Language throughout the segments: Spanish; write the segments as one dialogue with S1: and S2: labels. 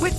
S1: With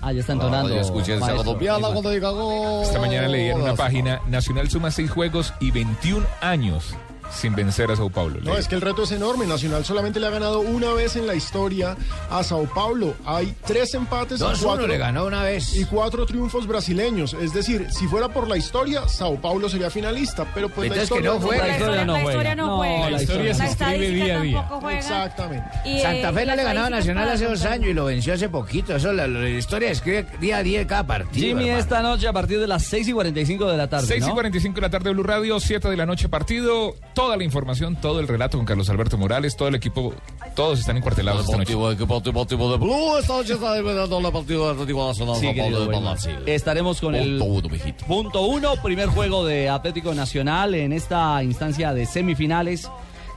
S2: Ah, ya están tonando.
S3: yo escuché el sábado Viala cuando diga gol.
S4: Esta mañana leí en una página, Nacional suma 6 juegos y 21 años sin vencer a Sao Paulo.
S3: No, es que el reto es enorme. Nacional solamente le ha ganado una vez en la historia a Sao Paulo. Hay tres empates y cuatro,
S5: una vez.
S3: y cuatro triunfos brasileños. Es decir, si fuera por la historia, Sao Paulo sería finalista. Pero pues la
S5: Entonces que
S3: historia
S5: no juegue.
S6: La historia, la historia no juega.
S2: la historia
S6: La
S2: se escribe
S6: estadística
S2: día a día.
S6: tampoco juega.
S3: Exactamente.
S6: Y, eh,
S5: Santa Fe
S6: y
S5: no le
S6: las
S5: ganaba a Nacional hace dos
S6: estadísticas
S5: años y lo venció hace poquito. Eso la, la historia escribe día a día de cada partido.
S2: Jimmy,
S5: hermano.
S2: esta noche a partir de las 6 y 45 de la tarde.
S4: 6 y
S2: ¿no?
S4: 45 de la tarde, Blue Radio, 7 de la noche, partido. Toda la información, todo el relato con Carlos Alberto Morales, todo el equipo, todos están encuartelados esta noche.
S3: Deportivo, deportivo de Blue. Esta noche está disputando el partido Atlético Nacional
S2: Sí, querido Weimar.
S7: Este
S2: Estaremos con el
S3: Punto uno, mijito.
S2: punto uno, primer juego de Atlético Nacional en esta instancia de semifinales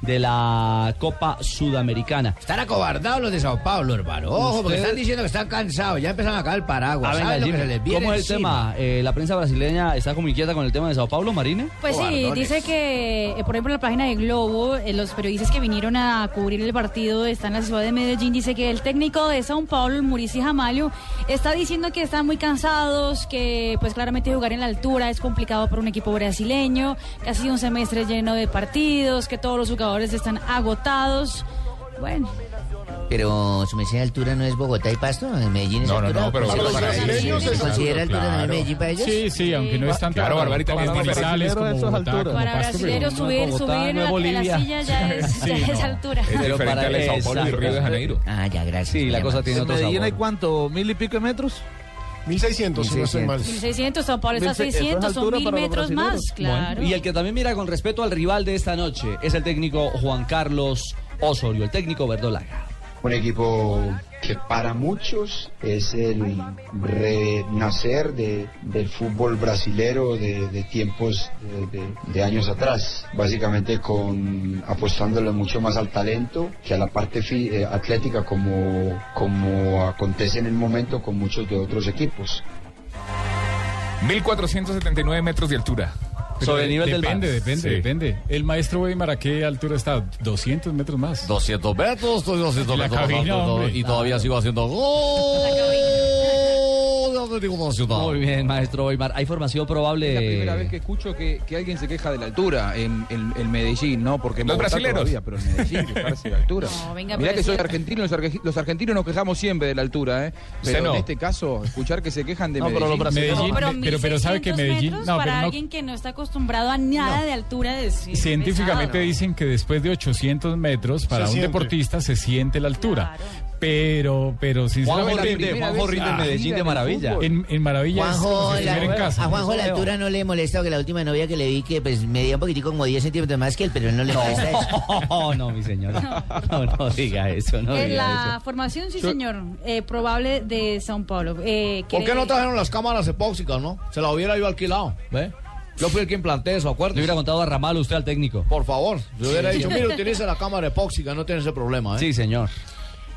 S2: de la Copa Sudamericana.
S5: Están acobardados los de Sao Paulo, hermano. Ojo, porque
S2: Ustedes-
S5: están diciendo que están cansados. Ya empezaron a caer el paraguas.
S2: A ver,
S5: ¿Saben lo que
S2: Ah, Jimmy,
S5: se les viene
S2: ¿Cómo es el tema?
S5: encima?
S2: Eh, ¿La prensa brasileña está como inquieta con el tema de Sao Paulo, Marine?
S6: Pues sí,
S5: Cobardones.
S6: dice que, eh, por ejemplo, en la página de Globo, eh, los periodistas que vinieron a cubrir el partido están en la ciudad de Medellín, dice que el técnico de Sao Paulo, el Muricy Jamalio, está diciendo que están muy cansados, que pues claramente jugar en la altura es complicado para un equipo brasileño, que ha sido un semestre lleno de partidos, que todos los jugadores están agotados. Bueno,
S8: Pero su mesía de altura no es Bogotá y Pasto, Medellín es
S4: No, no,
S8: altura.
S4: no, pero
S8: ¿Se
S4: para
S8: considera-
S4: ellos
S8: ¿se
S4: es
S8: ¿Se
S4: altura,
S8: considera altura también
S4: claro.
S8: Medellín para ellos?
S7: Sí, sí, aunque no es tan
S4: Claro, Barbarita,
S7: como
S4: es difícil.
S7: Manizales, como Bogotá, como Pasto,
S6: para
S7: pero-
S6: brasileños
S2: no es
S6: subir,
S2: Bogotá,
S6: subir en la,
S2: no es
S6: en la
S2: Bolivia.
S6: silla ya es, ya
S7: Sí,
S6: es
S7: no.
S6: altura.
S4: Es
S2: Pero
S4: diferente
S2: para-
S4: al de Sao Paulo y
S2: exacto.
S4: Río de Janeiro.
S8: Ah, ya, gracias.
S2: Sí, la
S8: muy
S2: cosa
S8: amable.
S2: tiene otro
S7: Medellín
S2: sabor.
S7: hay cuánto, mil y pico de metros.
S3: 1600, si no estoy mal.
S6: 1600, Sao Paulo está a
S7: 1600, eso es
S6: 600, son
S7: altura
S6: mil
S7: para los
S6: metros más,
S7: brasileños.
S6: claro.
S2: Y el que también mira con respeto al rival de esta noche es el técnico Juan Carlos Osorio, el técnico verdolaga.
S8: Un equipo que para muchos es el renacer de- del fútbol brasilero de, de tiempos de, de- de años atrás, básicamente con apostándole mucho más al talento que a la parte fi- eh, atlética como, como acontece en el momento con muchos de otros equipos.
S4: 1479 metros de altura.
S7: Pero
S2: Sobre el nivel del mar.
S7: Depende, depende,
S4: Sí.
S7: depende. Eh, El maestro Weimar, ¿a qué altura está? 200 metros más.
S3: 200 metros, 200
S7: La
S3: metros
S7: cabina,
S3: más,
S7: hombre.
S3: y todavía sigo haciendo gol. Atlético Nacional.
S2: Muy bien, maestro Oymar. Hay formación probable.
S5: Es la primera vez que escucho que, que alguien se queja de la altura en, en- en Medellín, ¿no? Porque en
S4: Los
S5: Bogotá
S4: brasileros.
S5: todavía, pero en Medellín quejarse de la altura.
S6: No, venga,
S5: Mirá
S6: pero
S5: que
S6: es
S5: soy
S6: cierto.
S5: argentino, los, arge- los argentinos nos quejamos siempre de la altura, ¿eh?
S4: Usted
S5: Pero
S4: no.
S5: en este caso, escuchar que se quejan de
S7: No, pero los
S5: Medellín.
S7: brasileños-
S6: No,
S7: Medellín,
S6: pero,
S7: me- pero- pero sabe que
S6: 1600
S7: Medellín-
S6: metros
S7: no, pero
S6: para
S7: no-
S6: alguien que no está acostumbrado a nada de altura de
S7: Científicamente dicen que después de 800 metros, para un
S3: siente.
S7: deportista se siente la altura.
S6: Claro.
S7: Pero, pero
S2: Juanjo
S7: sinceramente,
S2: rinde,
S5: primera
S2: Juanjo
S5: vez
S2: rinde en
S5: en la
S2: Medellín
S5: vida
S2: de
S5: del
S2: maravilla.
S5: fútbol.
S7: en, en Maravilla es como
S8: Juanjo,
S7: si
S8: la-
S7: estuviera en
S8: a
S7: casa.
S8: Juanjo la altura no le molesta que la última novia que le vi que pues medía un poquitico como 10 centímetros más que él, pero no le molesta eso.
S2: No, no, mi señora. No, no diga eso, no
S6: En
S2: diga
S6: la
S2: eso.
S6: formación, sí, señor, eh, probable de Sao Paulo. Eh, quiere-
S5: las cámaras epóxicas, no? Se las hubiera yo alquilado.
S2: ¿Ve?
S5: Yo fui el que implanté eso,
S2: Le
S5: acuérdate.
S2: hubiera contado a Ramal usted al técnico.
S5: Por favor, yo hubiera dicho, mire, utilice la cámara epóxica, no tiene ese
S7: ¿Eh?
S5: problema, ¿eh?
S2: Sí, señor.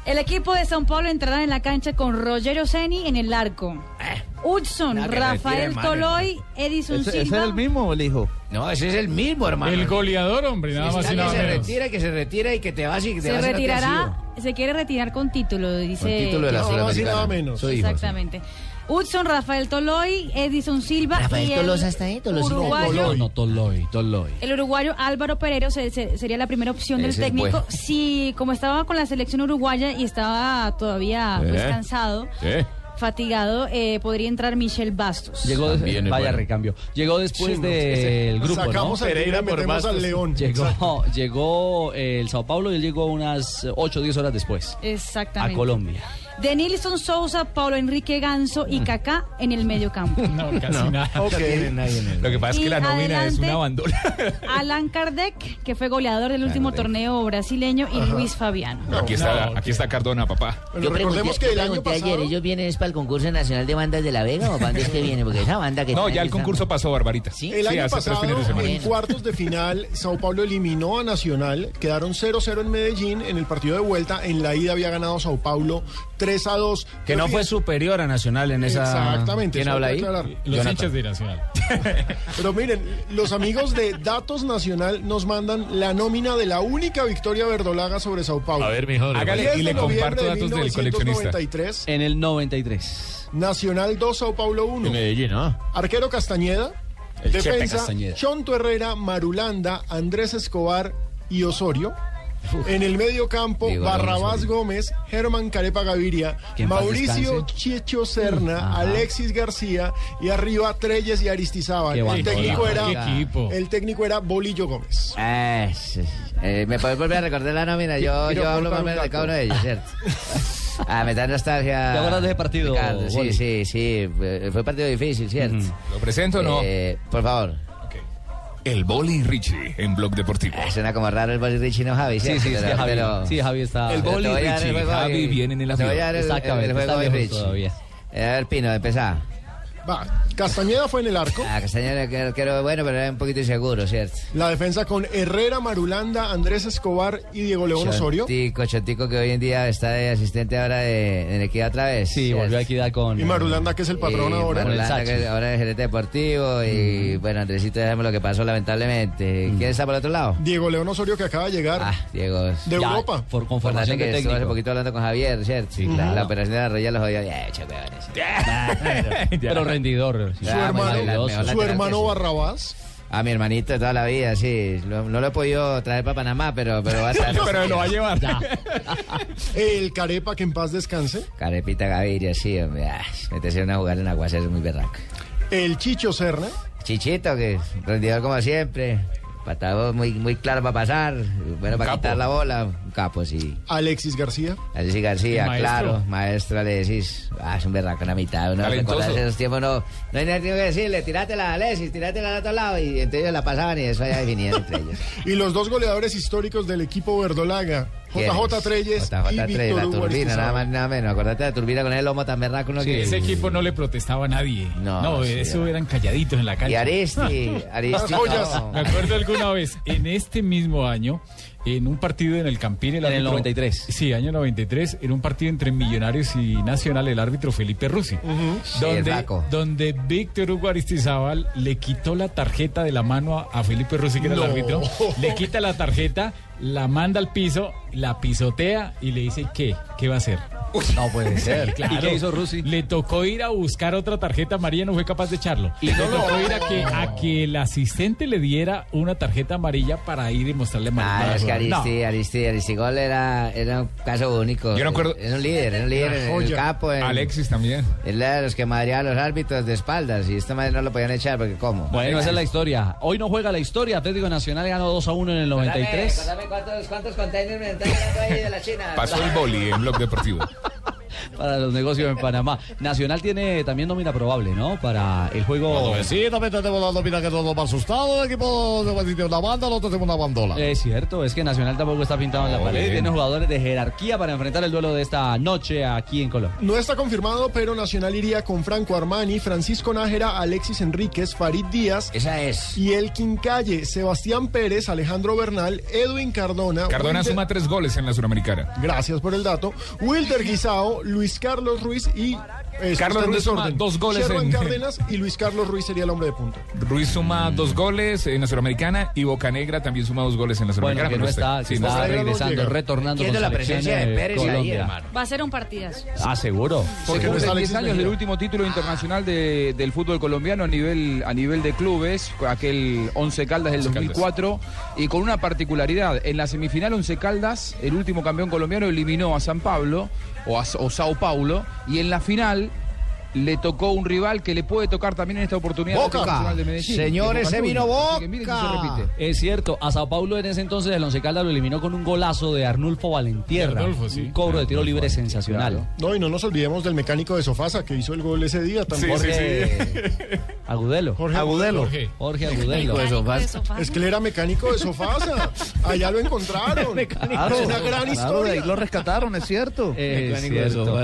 S6: El equipo de Sao Paulo entrará en la cancha con Rogerio Ceni en el arco.
S5: Eh.
S6: Hudson,
S5: nada que
S6: Rafael
S5: retire, mano,
S6: Toloy, Edison
S7: ¿Ese, ese es
S6: Silva.
S7: el mismo, el hijo.
S5: No, ese es el mismo, hermano.
S7: El goleador, hombre, nada más y
S5: que
S7: nada
S5: se
S7: menos.
S5: retira, que se retira y que te vas y que te
S6: Se
S5: vas y no te has
S6: retirará,
S5: ido.
S6: se quiere retirar con título, dice.
S5: Con título de la
S3: No,
S5: Sudamericana.
S3: más y nada menos.
S5: Soy hijo,
S6: Exactamente. Hudson, Rafael Toloy, Edison Silva
S8: Rafael
S6: y el
S8: Tolosa está ahí, Tolosa.
S6: uruguayo,
S2: No, Toloy, Toloy.
S6: el uruguayo Álvaro Perero se- se- sería la primera opción del
S5: Ese es
S6: técnico.
S5: bueno.
S6: Si, como estaba con la selección uruguaya y estaba todavía pues,
S4: Eh.
S6: cansado,
S4: Sí.
S6: fatigado, eh, podría entrar Michel Bastos.
S2: Llegó de-
S4: También es
S2: vaya
S4: bueno.
S2: recambio. Llegó después Pues del grupo, ¿no?
S3: Sacamos al Pereira
S7: Pereira
S3: y
S7: por
S3: metemos
S7: Bastos.
S3: al León.
S2: Llegó, llegó eh, el Sao Paulo y él llegó unas 8 o 10 horas después
S6: Exactamente.
S2: a Colombia.
S9: de Nilson Sousa, Paulo Enrique Ganso y Kaká en el medio campo.
S10: No, casi nada. Lo que pasa es
S9: Y
S10: que la nómina es
S9: adelante-
S10: una bandera.
S9: Alan Kardec, que fue goleador del último torneo brasileño, y Luis Fabiano.
S10: aquí, está, aquí está Cardona, papá.
S5: Yo pregunté, yo pregunté ayer, ¿ellos vienen es para el concurso nacional de bandas de La Vega o para dónde es que viene? Porque esa banda que
S10: No,
S5: traen
S10: ya el
S5: está-
S10: concurso pasó, Barbarita. Sí,
S3: El año
S10: hace tres
S3: pasado,
S10: fines de semana.
S3: en cuartos de final, Sao Paulo eliminó a Nacional, quedaron 0-0 en Medellín en el partido de vuelta, en la ida había ganado Sao Paulo 3-2.
S11: Que no fue superior a Nacional en esa.
S3: Exactamente,
S11: ¿Quién
S3: eso
S11: habla
S3: hay
S11: ahí?
S3: que aclarar. Los hinchas
S11: de Nacional.
S3: Pero miren, los amigos de Datos Nacional nos mandan la nómina de la única victoria verdolaga sobre Sao Paulo.
S2: A ver, mejor. Hágale,
S3: Diez
S2: y
S3: de
S2: le
S3: noviembre
S2: comparto
S3: de
S2: datos del coleccionista.
S3: 1993,
S2: En el 93.
S3: Nacional 2, Sao Paulo 1.
S2: Medellín, ¿no?
S3: Arquero Castañeda.
S2: El Chepe
S3: defensa,
S2: Castañeda.
S3: Chonto Herrera, Marulanda, Andrés Escobar y Osorio. En el medio campo,
S12: Diego Alonso.
S3: Barrabás Gómez, Germán Carepa Gaviria,
S12: Que en paz
S3: Mauricio
S12: descanse.
S3: Checho Serna,
S12: Ajá.
S3: Alexis García y arriba Treyes y Aristizábal.
S5: Qué
S3: El
S5: bandera.
S3: técnico,
S5: Qué
S3: era,
S5: equipo.
S3: el técnico era Bolillo Gómez.
S5: Ah, sí, sí. Eh, ¿Me podés volver a recordar la nómina? Yo,
S3: Quiero
S5: yo hablo
S3: aportar
S5: más o
S3: un
S5: menos de
S3: dato.
S5: cada uno de ellos, ¿cierto? Ah, me da nostalgia.
S2: ¿Te acuerdas de ese partido,
S5: Ricardo,
S2: Boli?
S5: Sí, sí, sí. eh, Fue partido difícil, ¿cierto?
S10: ¿Lo presento o no?
S5: Eh, por favor.
S10: El Boli Richie en Blog Deportivo.
S5: Ah, Suena como raro el Boli Richie, no Javi,
S2: Sí,
S5: ¿cierto?
S2: sí, es que
S5: Pero-
S2: Javi,
S5: pero-
S2: sí, Javi está.
S5: El Boli
S2: Te voy a dar
S5: Richie,
S2: juego
S5: Javi
S2: hoy.
S5: viene en el
S2: Te
S5: avión.
S2: voy a dar el-
S5: Exactamente,
S2: el juego
S5: está
S2: hoy,
S5: lejos
S2: Richie.
S5: todavía. Eh, A ver, Pino, empezá.
S3: Va, Castañeda fue en el arco.
S5: Ah, Castañeda que arquero bueno, pero era un poquito inseguro, ¿cierto?
S3: La defensa con Herrera, Marulanda, Andrés Escobar y Diego León Osorio.
S5: Chotico, Chotico, que hoy en día está de asistente ahora de, en Equidad otra vez. Sí, volvió a
S2: Equidad con...
S3: Y Marulanda, que es el patrón
S12: Eh,
S3: ahora.
S5: Marulanda, que ahora es gerente deportivo. Y bueno, Andresito, déjame lo que pasó, lamentablemente. ¿Quién está por el otro lado? Ah,
S3: Diego León Osorio, que acaba de llegar.
S5: Mm.
S12: Ah.
S5: Diego.
S3: De Ya, Europa.
S2: Por
S5: conformación
S3: de
S5: que estuve hace
S3: técnico.
S5: poquito hablando con Javier, ¿cierto? Sí, la,
S3: Claro.
S5: la operación de la rodilla los había bien, chapeones.
S2: Pero rendidor.
S5: Su
S3: hermano, su hermano Barrabás.
S5: A mi hermanito de toda la vida, sí. Lo- no lo he podido traer para Panamá, pero, pero va a estar.
S10: llevar.
S3: El Carepa, que en paz descanse.
S5: Carepita Gaviria, sí, hombre. ah, Meterse una jugada en aguacero es muy berraco.
S3: El Chicho Serna.
S5: Chichito, que rendidor como siempre. Patado muy, muy claro para pasar. Bueno, para
S3: capo.
S5: quitar la bola. Un capo, sí.
S3: Alexis García.
S5: Alexis García,
S3: El maestro.
S5: claro, maestro, le decís, ah, es un berraco en la mitad, uno
S3: Talentoso.
S5: recuerda esos tiempos, no, no hay nada que decirle, tirátela a Alexis, tirátela al otro lado, y entre ellos la pasaban y eso ya definían entre ellos.
S3: Y los dos goleadores históricos del equipo verdolaga, JJ
S5: ¿Quiénes?
S3: Treyes
S5: JJ
S3: y
S5: Treyes,
S3: Víctor
S5: la
S3: Hugo
S5: turbina, nada
S3: Aristizábal.
S5: más, nada menos, acordate de la turbina con el lomo tan berraco, ¿no? que-
S11: ese equipo no le protestaba a nadie. No,
S5: sí,
S11: eso
S5: era.
S11: eran calladitos en la cancha.
S5: Y Aristi, Aristi,
S11: Las joyas.
S5: no.
S11: Me acuerdo alguna vez, en este mismo año, en un partido en el Campín.
S2: En el
S11: 93. Sí, año 93, en un partido entre Millonarios y Nacional, el árbitro Felipe Rusi.
S5: Sí, el
S11: donde,
S5: Raco.
S11: donde Víctor Hugo Aristizábal le quitó la tarjeta de la mano a, a Felipe Rusi, que era
S3: No.
S11: el árbitro. Le quita la tarjeta, la manda al piso, la pisotea y le dice, ¿qué? ¿Qué va a hacer?
S2: No puede
S11: Sí, claro.
S2: ¿Y qué hizo Rusi?
S11: Le tocó ir a buscar otra tarjeta amarilla, no fue capaz de echarlo.
S2: Y
S11: le
S2: no lo-
S11: tocó ir a que, a que el asistente le diera una tarjeta amarilla para ir y mostrarle
S5: Ah,
S11: mal-
S5: es que
S11: mal- no.
S5: Aristi, Aristi, Aristigol era, era un caso único.
S11: Yo no acuerdo-
S5: Era un líder, era un líder
S11: Una
S5: en el
S11: joya.
S5: campo.
S2: pues,
S5: en-
S10: Alexis también.
S5: Era de los que madreaba a los árbitros de espaldas y esta madre no lo podían echar porque ¿cómo?
S2: Bueno, esa es la historia. Hoy no juega la historia. Atlético Nacional ganó 2 a 1 en el 93.
S5: Contame, contame cuántos, cuántos containers me están llegando ahí de la China.
S10: Pasó el Boli en Blog Deportivo.
S2: Para los negocios en Panamá. Nacional tiene también nómina probable, ¿no? Para el juego.
S13: Sí, también tenemos la nómina que todo más asustado. El equipo de- tiene una banda, el otro tiene una bandola.
S11: Eh,
S2: Es cierto, es que Nacional tampoco está pintado en la
S13: No,
S2: pared.
S13: bien.
S2: Tiene jugadores de jerarquía para enfrentar el duelo de esta noche aquí en Colombia.
S3: No está confirmado, pero Nacional iría con Franco Armani, Francisco Nájera, Alexis Enríquez, Farid Díaz.
S5: Esa es.
S3: Y el Quincalle, Sebastián Pérez, Alejandro Bernal, Edwin Cardona.
S10: Cardona
S3: Wilder-
S10: suma tres goles en la Suramericana.
S3: Gracias por el dato. Wilder Guisao, Luis Carlos Ruiz y. eh,
S10: Carlos
S3: está en
S10: Ruiz suma
S3: desorden.
S10: dos goles
S3: Sherman
S10: en-
S3: Cárdenas y Luis Carlos Ruiz sería el hombre de punto.
S10: Ruiz suma
S2: Mm.
S10: dos goles en la Suramericana y Bocanegra también suma dos goles en la
S2: Bueno,
S10: Suramericana.
S2: que no
S10: pero
S2: está, que
S10: sí,
S2: está
S10: no
S2: regresando,
S10: llega.
S2: retornando con selección, eh, Colombia.
S9: Va a ser un partidazo.
S2: Ah, seguro.
S14: Se
S2: Seguro.
S14: cumplen 10 años del último título internacional de- del fútbol colombiano a nivel, a nivel de clubes, aquel Once Caldas del 2004, y con una particularidad. En la semifinal Once Caldas, el último campeón colombiano eliminó a San Pablo o, a, o Sao Paulo, y en la final le tocó un rival que le puede tocar también en esta oportunidad.
S5: Boca.
S14: al Nacional de Medellín.
S5: Señores,
S14: Que
S5: se vino
S14: Juniors.
S5: Boca.
S14: Así que mire si se repite.
S2: Es cierto, a Sao Paulo en ese entonces el Once Caldas lo eliminó con un golazo de Arnulfo Valentierra.
S3: De Arnulfo, sí.
S2: Un cobro de tiro libre sensacional.
S3: No, y no nos olvidemos del mecánico de Sofasa que hizo el gol ese día
S2: Sí, sí,
S3: también.
S2: Agudelo.
S3: Jorge
S2: Agudelo.
S3: Jorge.
S2: Jorge Agudelo.
S3: Es que él era mecánico de Sofasa. Allá lo encontraron.
S2: Claro,
S3: es una gran
S2: Ah, claro, de
S3: historia.
S2: ahí
S12: lo rescataron, es cierto.
S2: Es cierto.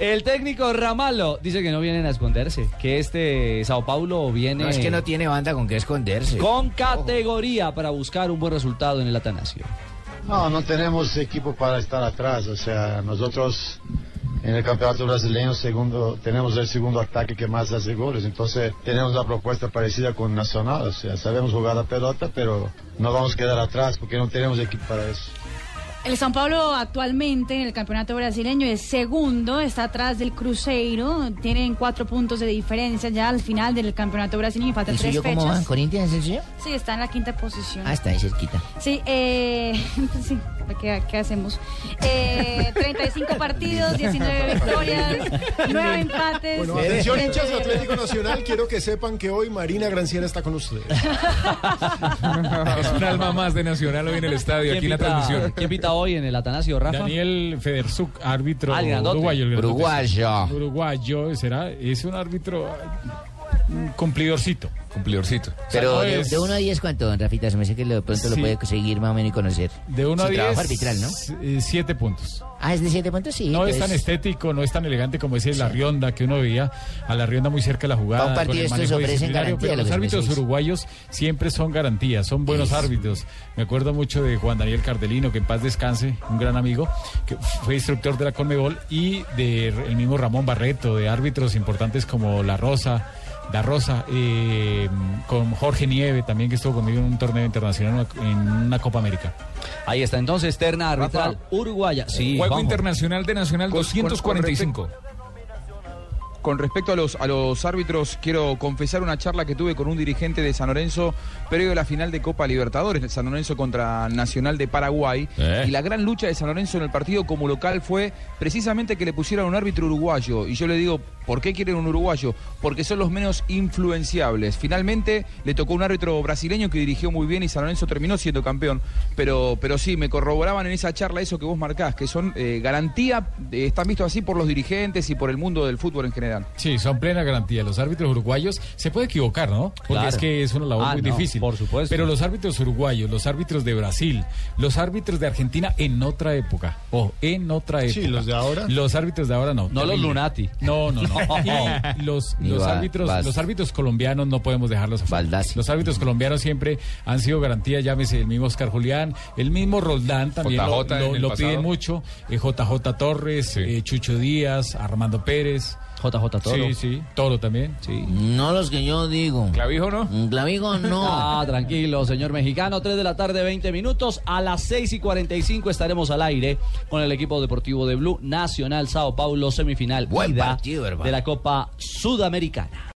S2: El técnico Ramallo dice que no vienen a esconderse, que este Sao Paulo viene
S5: No, es que no tiene banda con qué esconderse.
S2: con categoría para buscar un buen resultado en el Atanasio.
S12: No, no tenemos equipo para estar atrás. O sea, nosotros en el campeonato brasileño segundo, tenemos el segundo ataque que más hace goles. Entonces tenemos la propuesta parecida con Nacional. O sea, sabemos jugar la pelota, pero no vamos a quedar atrás porque no tenemos equipo para eso.
S9: El San Pablo actualmente en el campeonato brasileño es segundo, está atrás del Cruzeiro, tienen cuatro puntos de diferencia ya al final del campeonato brasileño y faltan
S5: ¿El
S9: tres
S5: suyo
S9: fechas.
S5: cómo va? ¿Corinthians es el suyo?
S9: Sí, está en la quinta posición.
S5: Ah, está ahí cerquita.
S9: Sí, eh, sí, ¿qué, qué hacemos? Eh, 35 partidos, 19 victorias, 9 empates.
S3: Bueno, atención hinchas de Atlético Nacional, quiero que sepan que hoy Marina Granciera está con ustedes.
S10: Es un alma más de Nacional hoy en el estadio,
S2: ¿Quién
S10: aquí en la
S2: pita-
S10: transmisión.
S2: ¿Quién pita hoy en el Atanasio, Rafa?
S4: Daniel Federzuk, árbitro
S2: Ah, el grandote.
S4: uruguayo. el grandote.
S5: Ah.
S2: Uruguayo.
S4: Uruguayo, será, es un árbitro ay, un cumplidorcito.
S10: Cumplidorcito.
S5: Pero de, de 1 a 10, ¿cuánto, don Rafita? Se me hace que lo- de pronto lo
S4: Sí.
S5: puede conseguir más o menos y conocer.
S4: De 1 a
S5: Su
S4: 10.
S5: trabajo arbitral, ¿no?
S4: Siete puntos.
S5: Ah, es de 7 puntos, sí.
S4: No es
S5: entonces-
S4: tan estético, no es tan elegante como ese de la rionda que uno veía a la rionda muy cerca de la jugada.
S5: Para un partido
S4: con el
S5: estos
S4: manejo
S5: ofrecen
S4: disciplinario,
S5: garantía,
S4: pero
S5: lo
S4: Los
S5: que se me
S4: árbitros
S5: dice.
S4: uruguayos siempre son garantías, son buenos
S5: Eso.
S4: árbitros. Me acuerdo mucho de Juan Daniel Cardelino, que en paz descanse, un gran amigo, que fue instructor de la Conmebol, y de r- el mismo Ramón Barreto, de árbitros importantes como La Rosa. La Rosa, eh, con Jorge Nieve también que estuvo conmigo en un torneo internacional en una Copa América.
S2: Ahí está entonces, terna arbitral uruguaya. Sí,
S4: Juego
S2: Juanjo.
S10: Internacional de Nacional
S4: Con- con-
S10: 245.
S14: Con respecto a los, a los árbitros, quiero confesar una charla que tuve con un dirigente de San Lorenzo previo a la final de Copa Libertadores, el San Lorenzo contra Nacional de Paraguay.
S15: Eh.
S14: Y la gran lucha de San Lorenzo en el partido como local fue precisamente que le pusieran un árbitro uruguayo. Y yo le digo, ¿por qué quieren un uruguayo? Porque son los menos influenciables. Finalmente le tocó un árbitro brasileño que dirigió muy bien y San Lorenzo terminó siendo campeón. Pero, pero sí, me corroboraban en esa charla eso que vos marcás, que son eh, garantía, eh, están vistos así por los dirigentes y por el mundo del fútbol en general.
S4: Sí, son plena garantía. Los árbitros uruguayos se puede equivocar, ¿no? Porque
S14: Claro.
S4: es que es una labor
S14: Ah,
S4: muy
S14: no,
S4: difícil.
S14: por supuesto.
S4: Pero los árbitros uruguayos, los árbitros de Brasil, los árbitros de Argentina en otra época. Ojo, en otra época.
S3: Sí, los de ahora.
S4: Los árbitros de ahora no.
S2: No los
S4: Terrible.
S2: Lunati.
S4: No, no, no. Y los,
S2: Ni
S4: los
S2: va-
S4: árbitros,
S2: vas.
S4: los árbitros colombianos no podemos dejarlos afuera. Los árbitros colombianos siempre han sido garantía, llámese el mismo Oscar Julián, el mismo Roldán también lo-
S10: JJ en
S4: lo,
S10: el
S4: lo
S10: pasado.
S4: piden mucho, eh, JJ Torres, eh, Chucho Díaz, Armando Pérez.
S2: JJ Toro.
S4: Sí, sí, Toro también.
S2: Sí.
S5: No los que yo digo.
S10: ¿Clavijo no?
S5: Clavijo no.
S2: Ah, tranquilo, señor mexicano. 3 de la tarde, 20 minutos. A las 6 y 45 estaremos al aire con el equipo deportivo de Blue Nacional Sao Paulo, semifinal
S5: Buen
S2: ida
S5: partido, hermano.
S2: de la Copa Sudamericana.